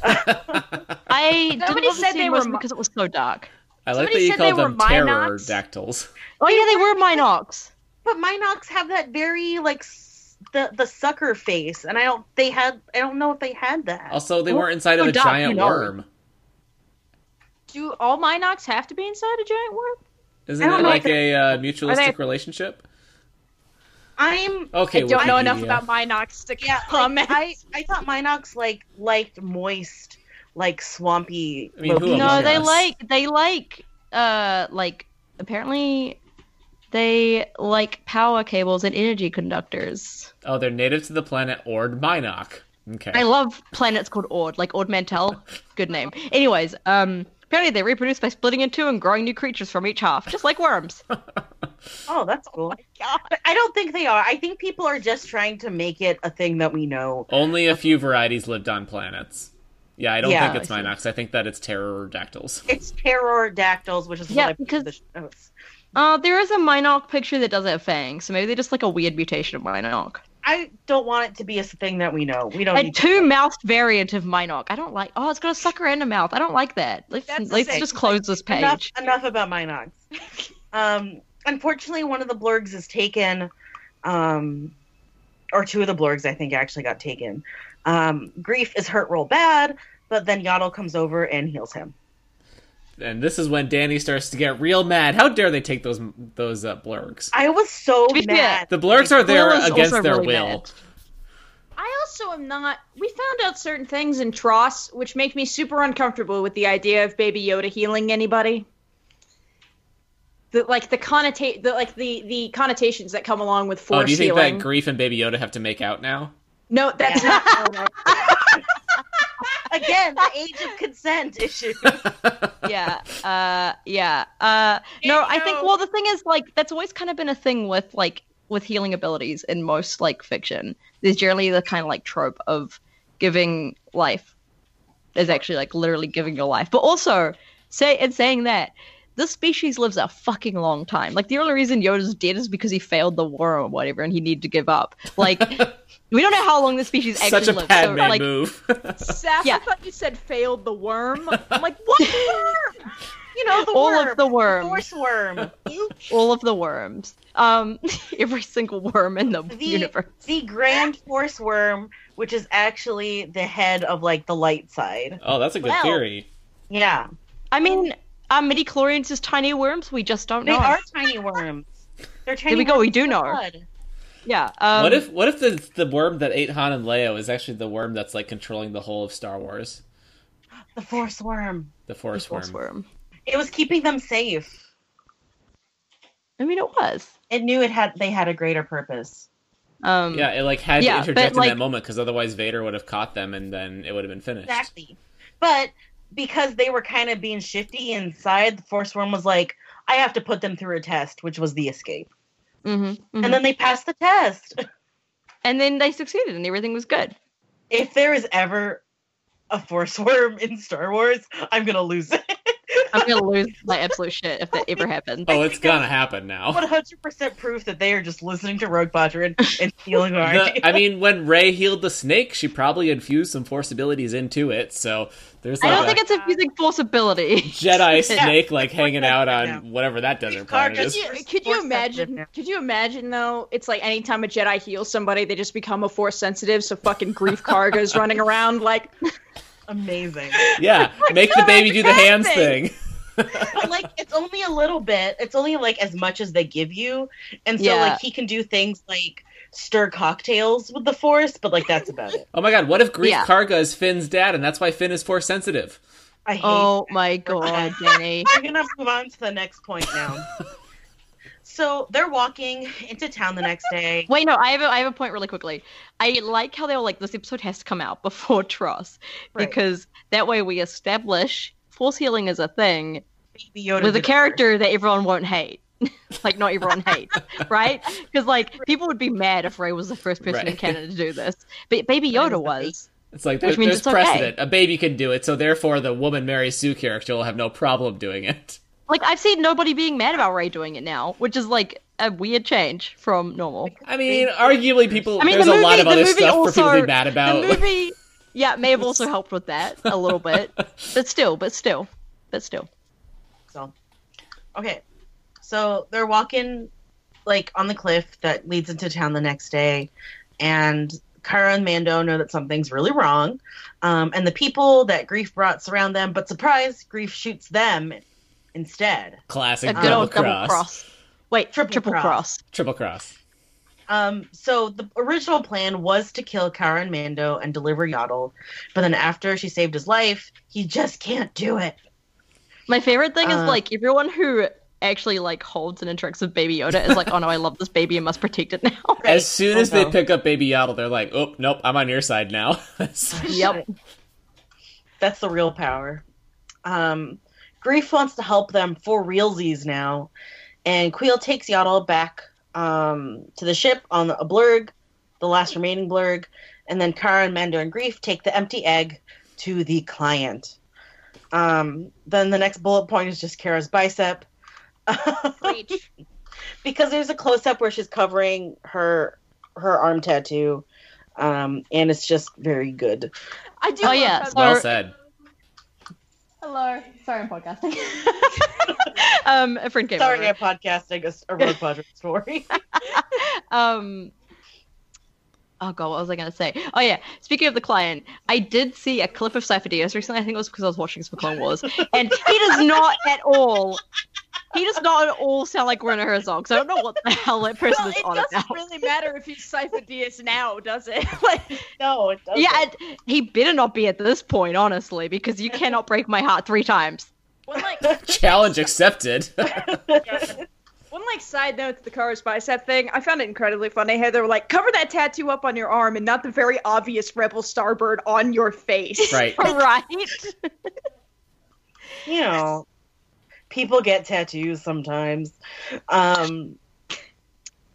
A: I didn't
D: Somebody
A: love the
D: said
A: scene
D: they
A: most
D: were mo-
A: because it was so dark.
C: I like
D: Somebody
C: that you
D: said they
C: called them
D: were Minox.
C: pterodactyls.
A: Oh yeah, they were Minox.
B: But Minox have that very like s- the the sucker face, and I don't they had I don't know if they had that.
C: Also, they were inside of
A: Oh,
C: a
A: duh,
C: giant
A: you know.
C: worm.
D: Do all Minox have to be inside a giant worm?
C: Isn't
B: don't
C: it
B: know
C: like
B: if
C: a uh, mutualistic
D: Are they-
C: relationship?
B: I'm
C: Okay,
D: I don't know enough
C: Wikipedia.
D: about Minox to
B: yeah.
D: comment.
B: Like, I I thought Minox like liked moist like swampy.
C: I mean, who
B: locations.
A: No,
C: among
A: they
C: us?
A: like they like uh like apparently they like power cables and energy conductors.
C: Oh, they're native to the planet Ord Minoc. Okay.
A: I love planets called Ord, like Ord Mantell. Good name. Anyways, um, apparently they reproduce by splitting in two and growing new creatures from each half, just like worms.
B: Oh, that's cool. But I don't think they are. I think people are just trying to make it a thing that we know.
C: Only a few varieties lived on planets. Yeah, I don't
B: Yeah,
C: think it's
A: I see.
C: Minox. I think that it's pterodactyls.
B: It's pterodactyls, which is
A: Yeah,
B: what I put in
A: because-
B: the notes.
A: Uh, there is a Minoc picture that does have fangs, so maybe they're just like a weird mutation of Minoc.
B: I don't want it to be a thing that we know. We don't.
A: A
B: need to-
A: two-mouthed variant of Minoc. I don't like. Oh, it's got a sucker and a mouth. I don't like that. Let's,
D: That's the
A: let's
D: thing.
A: just close this page.
B: Enough, enough about Minox. um, unfortunately, one of the blurgs is taken, um, or two of the blurgs, I think, actually got taken. Um, Grief is hurt real bad, but then Yaddle comes over and heals him.
C: And this is when Danny starts to get real mad. How dare they take those those uh, blurgs?
B: I was so
A: To be fair,
B: mad.
C: The blurgs are there
A: Quill is
C: against
A: also
C: their
A: really
C: will.
A: bad.
D: I also am not. We found out certain things in Tross, which make me super uncomfortable with the idea of Baby Yoda healing anybody. The, like the connotate, the, like the the connotations that come along with force
C: Oh, do you think
D: healing.
C: that Grief and Baby Yoda have to make out now?
D: no, that's not.
B: Again, the age of consent issue.
A: yeah uh yeah uh no i think well the thing is like that's always kind of been a thing with like with healing abilities in most like fiction there's generally the kind of like trope of giving life is actually like literally giving your life but also say and saying that this species lives a fucking long time like the only reason yoda's dead is because he failed the war or whatever and he needed to give up like we don't know how long this species actually
C: Such a
A: lives
C: Padme
A: so like
C: move.
D: Saf,
A: Yeah.
D: I thought you said failed the worm. I'm like, what worm?
B: You know, the
A: all
B: worm.
A: of the worms
B: Force worm.
A: all of the worms. Um, every single worm in the,
B: The,
A: universe.
B: the Grand Force Worm, which is actually the head of, like, the light side.
C: oh, that's a good
B: Well,
C: theory.
B: Yeah.
A: I mean, are midi chlorians just tiny worms? We just don't
B: They
A: know.
B: are tiny worms. They're
A: There
B: tiny
A: Oh, we go.
B: worms
A: We do
B: in
A: know.
B: blood.
A: Yeah. Um,
C: what if what if the the worm that ate Han and Leia is actually the worm that's like controlling the whole of Star Wars?
B: The Force Worm.
C: The Force,
A: Force
C: worm.
A: worm?
B: It was keeping them safe.
A: I mean, it was.
B: It knew it had they had a greater purpose.
A: Um,
C: Yeah, it like had
A: Yeah,
C: to
A: but,
C: interject in
A: like-
C: that moment because otherwise Vader would have caught them and then it would have been finished.
B: Exactly. But because they were kind of being shifty inside, the Force Worm was like, I have to put them through a test, which was the escape.
A: mhm, mhm.
B: And then they passed the test.
A: and then they succeeded, and everything was good.
B: If there is ever a Force Worm in Star Wars, I'm going to lose it.
A: I'm gonna lose my absolute shit if that ever happens.
C: Oh, it's gonna happen now.
B: 100% proof that they are just listening to Rogue Padron and stealing our
C: The- I mean, when Ray healed the snake, she probably infused some force abilities into it. So there's
A: I
C: like
A: don't
C: a
A: think it's abusing force ability.
C: Jedi
A: Yeah.
C: snake like hanging out
B: Yeah.
C: on whatever that desert planet
B: Carcass.
C: is.
D: Could you, could you
B: Force
D: imagine?
B: sensitive.
D: Could you imagine though? It's like anytime a Jedi heals somebody, they just become a Force sensitive. So fucking grief cargo's running around like
B: Amazing.
C: Yeah, make the baby do the hands thing.
B: but like it's only a little bit it's only like as much as they give you and so
A: Yeah.
B: like he can do things like stir cocktails with the force but like that's about it
C: Oh my god, what if Grief
A: Yeah.
C: Karga is Finn's dad and that's why Finn is force sensitive?
B: i hate
A: Oh my god, Danny.
B: we're gonna move on to the next point now so they're walking into town the next day
A: Wait, no, I have a, I have a point really quickly. I like how they were like, this episode has to come out before Tross
B: Right.
A: because that way we establish force healing as a thing
B: Baby Yoda
A: with a
B: did it
A: character that everyone won't hate. like, not everyone hates, right? Because, like, people would be mad if Ray was the first person in
C: Right.
A: Canada to do this. But Baby
B: Ray was
A: Yoda
B: the baby.
A: was.
C: It's like
A: Which
C: there,
A: means
C: there's
A: it's okay.
C: precedent. A baby can do it, so therefore the woman Mary Sue character will have no problem doing it.
A: Like, I've seen nobody being mad about Ray doing it now, which is, like, a weird change from normal.
C: I mean, arguably people
A: I mean,
C: there's
A: the
C: a lot
A: movie-
C: of
A: the
C: other
A: movie
C: stuff for
A: also-
C: people to be mad about.
A: The movie, yeah, may have also helped with that a little bit. But still, but still, but still.
B: first, so okay so they're walking like on the cliff that leads into town the next day and Kara and Mando know that something's really wrong, um, and the people that Grief brought surround them. But surprise, Grief shoots them instead.
C: Classic
A: A
C: double,
A: good old double
C: cross.
A: cross. Wait,
B: Triple
A: triple,
B: cross.
A: cross.
C: Triple cross.
B: Um, so the original plan was to kill Kara and Mando and deliver Yaddle, but then after she saved his life, he just can't do it.
A: My favorite thing
B: Uh,
A: is like everyone who actually like holds and interacts with Baby Yoda is like, oh no, I love this baby and must protect it now.
B: Right.
C: As soon
B: Oh,
C: as
B: no.
A: Uh-huh.
C: they pick up Baby Yaddle, they're like, "Oh nope, I'm on your side now."
A: yep.
B: That's the real power. Um, Grief wants to help them for realsies now, and Queel takes Yaddle back um, to the ship on a blurg, the last remaining blurg, and then Kara and Mando and Grief take the empty egg to the client. Um, then the next bullet point is just Kara's bicep.
D: reach.
B: because there's a close up where she's covering her her arm tattoo, um, and it's just very good.
D: I do.
A: Oh,
D: love
A: yeah,
D: how-
A: so-
C: well said.
A: Hello. Sorry, I'm podcasting. um, a friend came
B: Sorry,
A: over.
B: I'm podcasting a, a Rogue Quadrant story.
A: Um. Oh god, what was I gonna say? Oh yeah, speaking of the client, I did see a clip of Cypher Diaz recently. I think it was because I was watching some Clone Wars, and he does not at all. He does not at all sound like Werner Herzog. So I don't know what the hell that person
D: Well,
A: is
D: it
A: on
D: doesn't
A: about.
D: really matter if he's Cypher Diaz now, does it? like,
B: no, it doesn't.
A: Yeah, it, he better not be at this point, honestly, because you cannot break my heart three times.
D: when like
C: Challenge accepted.
D: when like like side note to the Kara's bicep thing. I found it incredibly funny how they were like, cover that tattoo up on your arm and not the very obvious Rebel Starbird on your face.
C: Right.
A: right?
B: you know, people get tattoos sometimes. Um,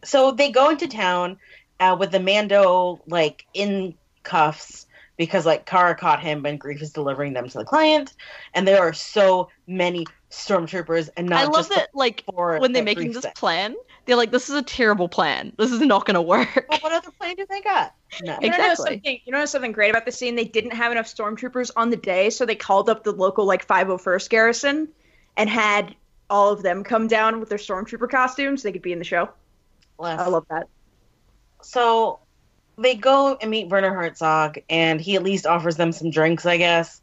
B: so they go into town uh, with the Mando like in cuffs because like Kara caught him and Grief is delivering them to the client, and there are so many stormtroopers and not
A: I love
B: just the
A: that, like,
B: four
A: when they're
B: that
A: making
B: Grief
A: this
B: sent.
A: plan, they're like, this is a terrible plan. This is not going to work.
B: Well, what other plan do they got? No.
D: You know
A: Exactly.
D: something, you know something great about this scene? They didn't have enough stormtroopers on the day, so they called up the local like 501st garrison and had all of them come down with their stormtrooper costumes. They could be in the show. I love that.
B: so they go and meet Werner Herzog, and he at least offers them some drinks, I guess.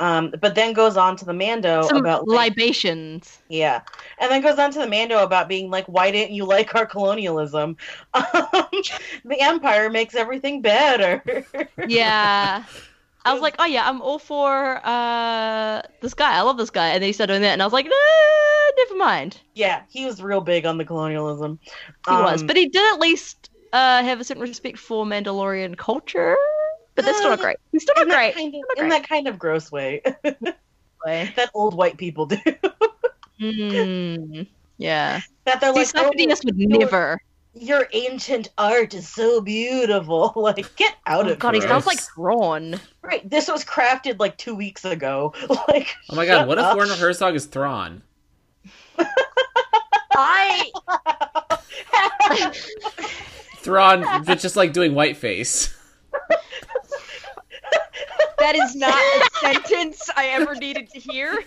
B: Um, but then goes on to the Mando
A: Some
B: about like,
A: libations.
B: yeah, and then goes on to the Mando about being like, why didn't you like our colonialism? Um, the Empire makes everything better.
A: Yeah. I was like, oh yeah, I'm all for uh, this guy. I love this guy. And then he started doing that, and I was like, nah, never mind.
B: yeah, he was real big on the colonialism.
A: He was,
B: Um,
A: but he did at least uh, have a certain respect for Mandalorian culture. But that's still not great. It's still
B: in
A: not great.
B: that kind of-
A: not
B: in
A: great.
B: that kind of gross way
A: way.
B: that old white people do.
A: Mm, yeah.
B: that they're
A: See,
B: like, oh,
A: somebody else would
B: you were-
A: never.
B: your ancient art is so beautiful. Like, get out
A: Oh,
B: of
A: God, he
B: here.
A: sounds
C: gross.
A: like Thrawn.
B: Right. This was crafted like two weeks ago. Like,
C: Oh my god,
B: Shut
C: what if
B: up.
C: Werner Herzog is Thrawn?
D: I
C: Thrawn that's just like doing whiteface.
D: that is not a sentence I ever needed to hear.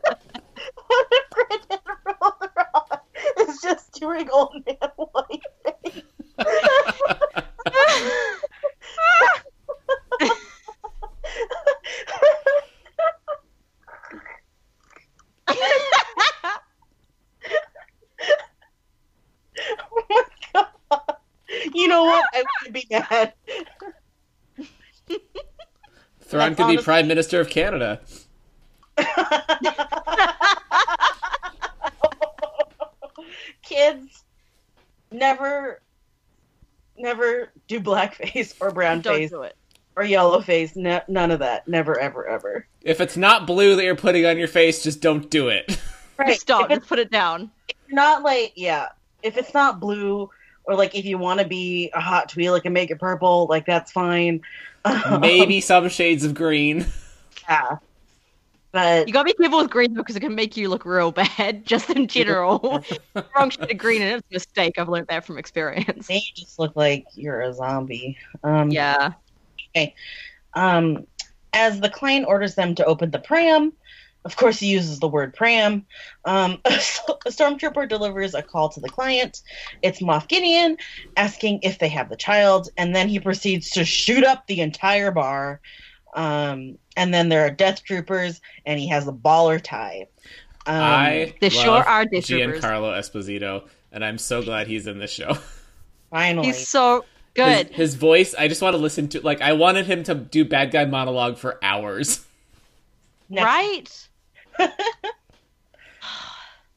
B: what if Grand Admiral Thrawn is just doing old man white? Oh Oh my God. You know what? I would be mad.
C: Thrawn
B: That's
C: could be
B: honestly-
C: Prime Minister of Canada.
B: Kids, never, never do blackface or brown
A: Don't
B: face
A: do it.
B: or yellow face. No, none of that. Never, ever, ever.
C: If it's not blue that you're putting on your face, just don't do it.
A: Just stop.
B: If it's
A: Just put it down.
B: not like yeah if it's not blue or like if you want to be a hot tweet like and make it purple like that's fine
C: Maybe some shades of green.
B: yeah but
A: You gotta be careful with green because it can make you look real bad, just in general. Wrong shade of green, and it's a mistake. I've learned that from experience.
B: they just look like you're a zombie um
A: Yeah.
B: um as the client orders them to open the pram of course he uses the word pram um a stormtrooper delivers a call to the client it's moff gideon asking if they have the child and then he proceeds to shoot up the entire bar um and then there are death troopers and he has a baller tie um,
C: I
A: There
C: love
A: sure are dish
C: Giancarlo
A: troopers.
C: Esposito, and I'm so glad he's in this show.
B: finally
A: He's so good.
C: His, his voice, I just want to listen to. Like, I wanted him to do bad guy monologue for hours.
B: next
A: right?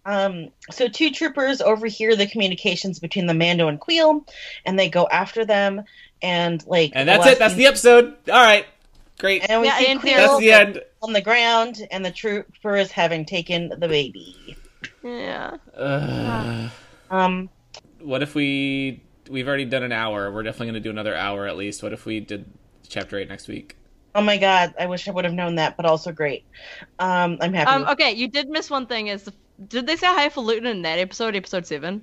B: Um, so two troopers overhear the communications between the Mando and Queel, and they go after them. And like,
C: And that's it. That's the episode. All right, great.
B: and we
A: Yeah,
B: see
A: and
B: Queel
C: That's the end.
B: on the ground, and the trooper is having taken the baby.
A: Yeah.
C: Ugh.
B: Um,
C: what if we? We've already done an hour. We're definitely going to do another hour at least. What if we did chapter eight next week?
B: oh my god, I wish I would have known that, but also great. Um, I'm happy.
A: Um, okay, you did miss one thing. Is did they say highfalutin in that episode? Episode seven.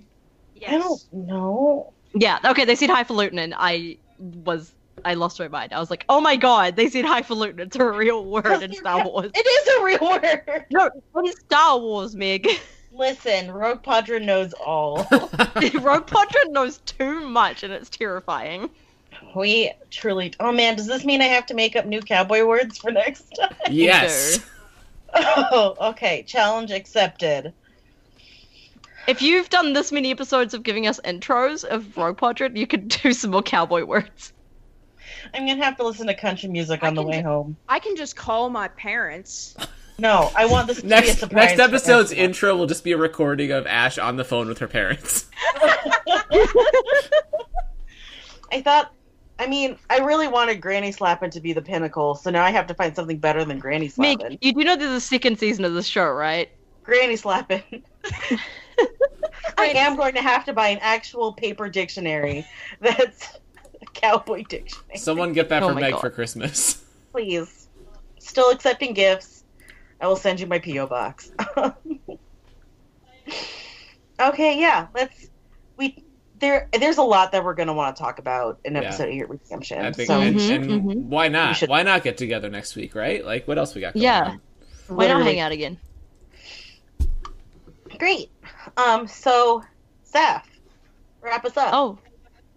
B: I don't know.
A: Yeah. Okay, they said highfalutin, and I was I lost my mind. I was like, oh my god, they said highfalutin. It's a real word in Star Wars.
B: It is a real word.
A: No, what is Star Wars, Meg?
B: Listen, Rogue Padra knows all.
A: Rogue Podra knows too much, and it's terrifying.
B: we truly. Oh man, does this mean I have to make up new cowboy words for next time?
C: Yes.
B: Oh, okay. Challenge accepted.
A: If you've done this many episodes of giving us intros of Rogue Podra, you could do some more cowboy words.
B: I'm gonna have to listen to country music
D: I
B: on the
D: can
B: way
D: do-
B: home.
D: I can just call my parents.
B: No, I want this to be a
C: Next
B: surprise.
C: next
B: for
C: episode's
B: everyone.
C: intro will just be a recording of Ash on the phone with her parents.
B: I thought. I mean, I really wanted Granny Slappin' to be the pinnacle, so now I have to find something better than Granny
A: Meg,
B: Slappin'.
A: you do know there's a second season of this show, right?
B: Granny Slappin'. I am going to have to buy an actual paper dictionary that's a cowboy dictionary.
C: Someone get that
A: Oh
C: for
A: my
C: Meg
A: God.
C: for Christmas.
B: Please. Still accepting gifts. I will send you my P.O. box. okay, yeah, let's we there there's a lot that we're gonna want to talk about in
C: Yeah.
B: episode eight redemption.
C: I think,
B: so
C: and,
A: Mhm,
C: and
A: mhm.
C: why
B: We
C: not?
B: should-
C: Why not get together next week, right? Like, what else we got? Going
A: Yeah.
C: on?
A: Why not
B: literally-
A: hang out again?
B: Great. Um, so, Saf, wrap us up.
A: Oh,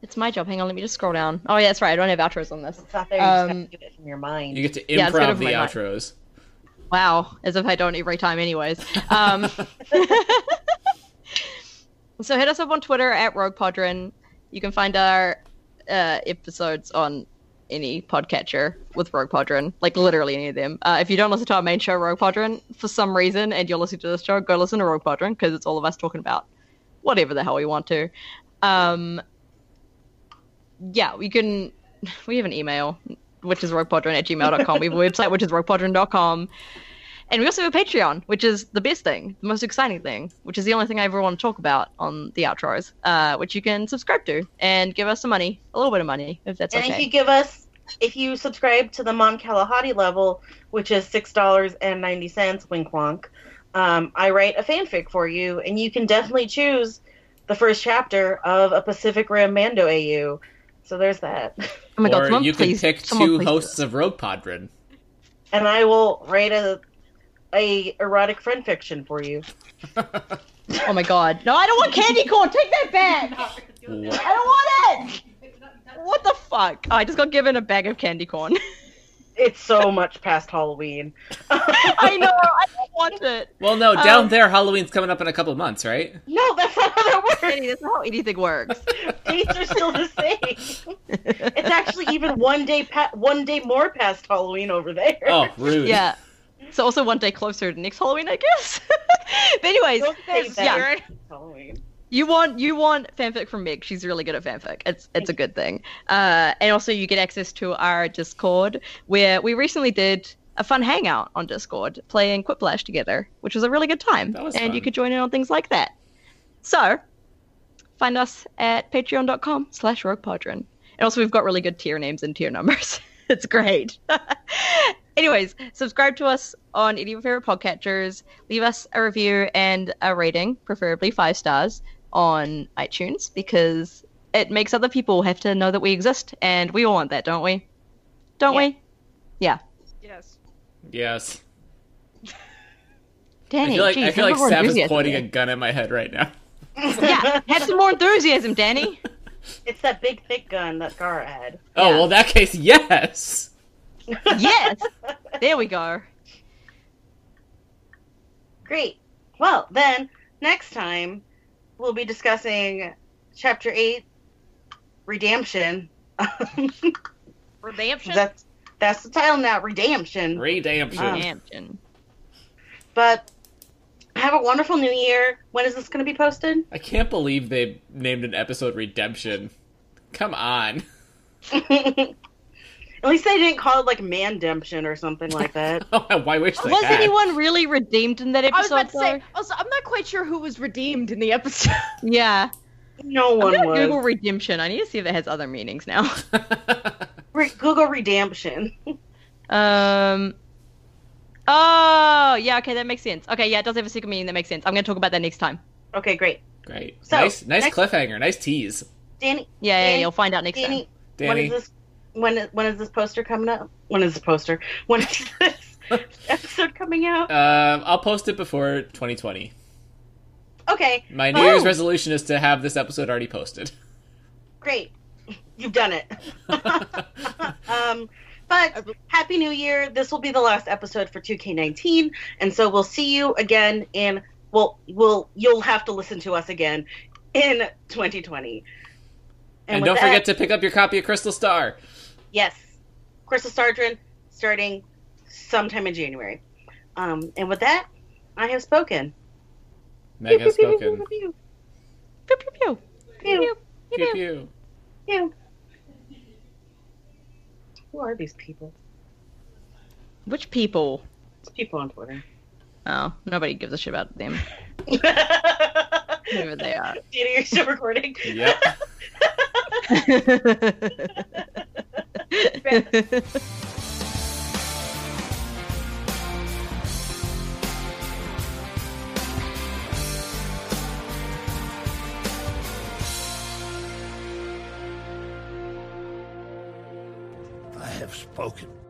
A: it's my job. Hang on, let me just scroll down. Oh, yeah, that's right. I don't have outros on this.
B: it's not there. You just
A: um,
B: gotta get it from your mind.
C: you get to
A: Yeah, it's kind
C: improv
A: of
C: the
A: my mind.
C: outros.
A: Wow, as if I don't every time, anyways. Um, so hit us up on Twitter at Rogue Podrin. You can find our uh, episodes on any podcatcher with Rogue Podrin, like literally any of them. Uh, if you don't listen to our main show, Rogue Podrin, for some reason, and you're listening to this show, go listen to Rogue Podrin because it's all of us talking about whatever the hell we want to. Um, yeah, we can. We have an email, which is roguepodron at gmail.com. We have a website, which is roguepodron.com. And we also have a Patreon, which is the best thing, the most exciting thing, which is the only thing I ever want to talk about on the outros, uh, which you can subscribe to and give us some money, a little bit of money, if that's
B: and
A: okay.
B: if you give us, if you subscribe to the Mon Kalahati level, which is six dollars and ninety cents, wink wonk, um, I write a fanfic for you, and you can definitely choose the first chapter of a Pacific Rim Mando AU. So there's that.
A: oh my god,
C: or
A: someone
C: you
A: please,
C: can pick
A: someone
C: two
A: please do
C: hosts
A: this.
C: of Rogue Podrin.
B: And I will write a a erotic friend fiction for you.
A: Oh my god. No, I don't want candy corn! Take that back!
C: Wha-
A: I don't want it! What the fuck? I just got given a bag of candy corn.
B: It's so much past Halloween.
A: I know, I don't want it.
C: Well, no, down
A: Um,
C: there, Halloween's coming up in a couple months, right?
B: No, that's not how that works.
A: Kenny, that's not how anything works.
B: dates are still the same. it's actually even one day pa- one day more past Halloween over there.
C: Oh, rude.
A: yeah. So also one day closer to next Halloween, I guess. but anyways,
B: Don't say that.
A: yeah.
B: Halloween.
A: You want you want fanfic from Meg. She's really good at fanfic. It's it's a good thing. Uh, and also you get access to our Discord where we recently did a fun hangout on Discord playing Quiplash together, which was a really good time.
C: That was
A: and you
C: fun.
A: could join in on things like that. So find us at patreon.com slash roguepodron. And also we've got really good tier names and tier numbers. it's great. Anyways, subscribe to us on any of your favorite podcatchers. Leave us a review and a rating, preferably five stars, on iTunes because it makes other people have to know that we exist, and we all want that, don't we? Don't
B: Yeah.
A: we?
D: Yes.
C: Yes.
A: Danny,
C: I feel like,
A: geez,
C: I feel
A: have
C: like
A: a little
C: Sav is
A: enthusiasm
C: pointing a
A: there.
C: gun at my head right now.
A: yeah, have some more enthusiasm, Danny.
B: It's that big thick gun that Gara had.
C: Oh,
A: Yeah.
C: well, in that case, yes.
A: yes, there we go.
B: Great. Well, then next time we'll be discussing chapter 8 redemption.
A: Redemption.
B: that's that's the title now, redemption.
C: Redemption.
B: Um,
A: Redemption.
B: But have a wonderful new year. When is this going to be posted?
C: I can't believe they named an episode Redemption. Come on.
B: At least they didn't call it like mandemption or something like that.
C: I Oh, wish they
A: Was
C: had.
A: anyone really redeemed in that
D: I was
A: episode?
D: about to
A: though?
D: say. Also, I'm not quite sure who was redeemed in the episode.
A: Yeah.
B: No
A: I'm
B: one
A: gonna
B: was.
A: Google redemption. I need to see if it has other meanings now.
B: Re- Google redemption.
A: Um. Oh, yeah. Okay, that makes sense. Okay, yeah, it does have a secret meaning. That makes sense. I'm gonna talk about that next time.
B: Okay, great.
C: Great.
B: So,
C: nice nice
B: next-
C: cliffhanger. Nice tease.
B: Danny,
A: Yeah, yeah, yeah,
B: Danny-
A: you'll find out next time.
B: Danny, when
C: Danny.
B: is this? When is, when is this poster coming up? When is the poster? When is this episode coming out?
C: Um, I'll post it before 2020.
B: Okay,
C: My New
A: Oh.
C: Year's resolution is to have this episode already posted.
B: great. You've done it. um, but happy new year. This will be the last episode for 2K19, and so we'll see you again in well, we'll you'll have to listen to us again in 2020.
C: And,
B: with
C: don't
B: that-
C: forget to pick up your copy of Crystal Star.
B: Yes. Crystal Sardrin starting sometime in January. Um, and with that, I have spoken.
C: Meg has spoken.
B: Pew,
A: Pew, pew, pew.
B: pew, pew,
C: Pew pew.
B: pew. Who are these people?
A: Which people?
B: It's people on Twitter.
A: Oh, nobody gives a shit about them. Whoever they are.
B: Dina, you're still recording.
C: Yep.
F: I have spoken.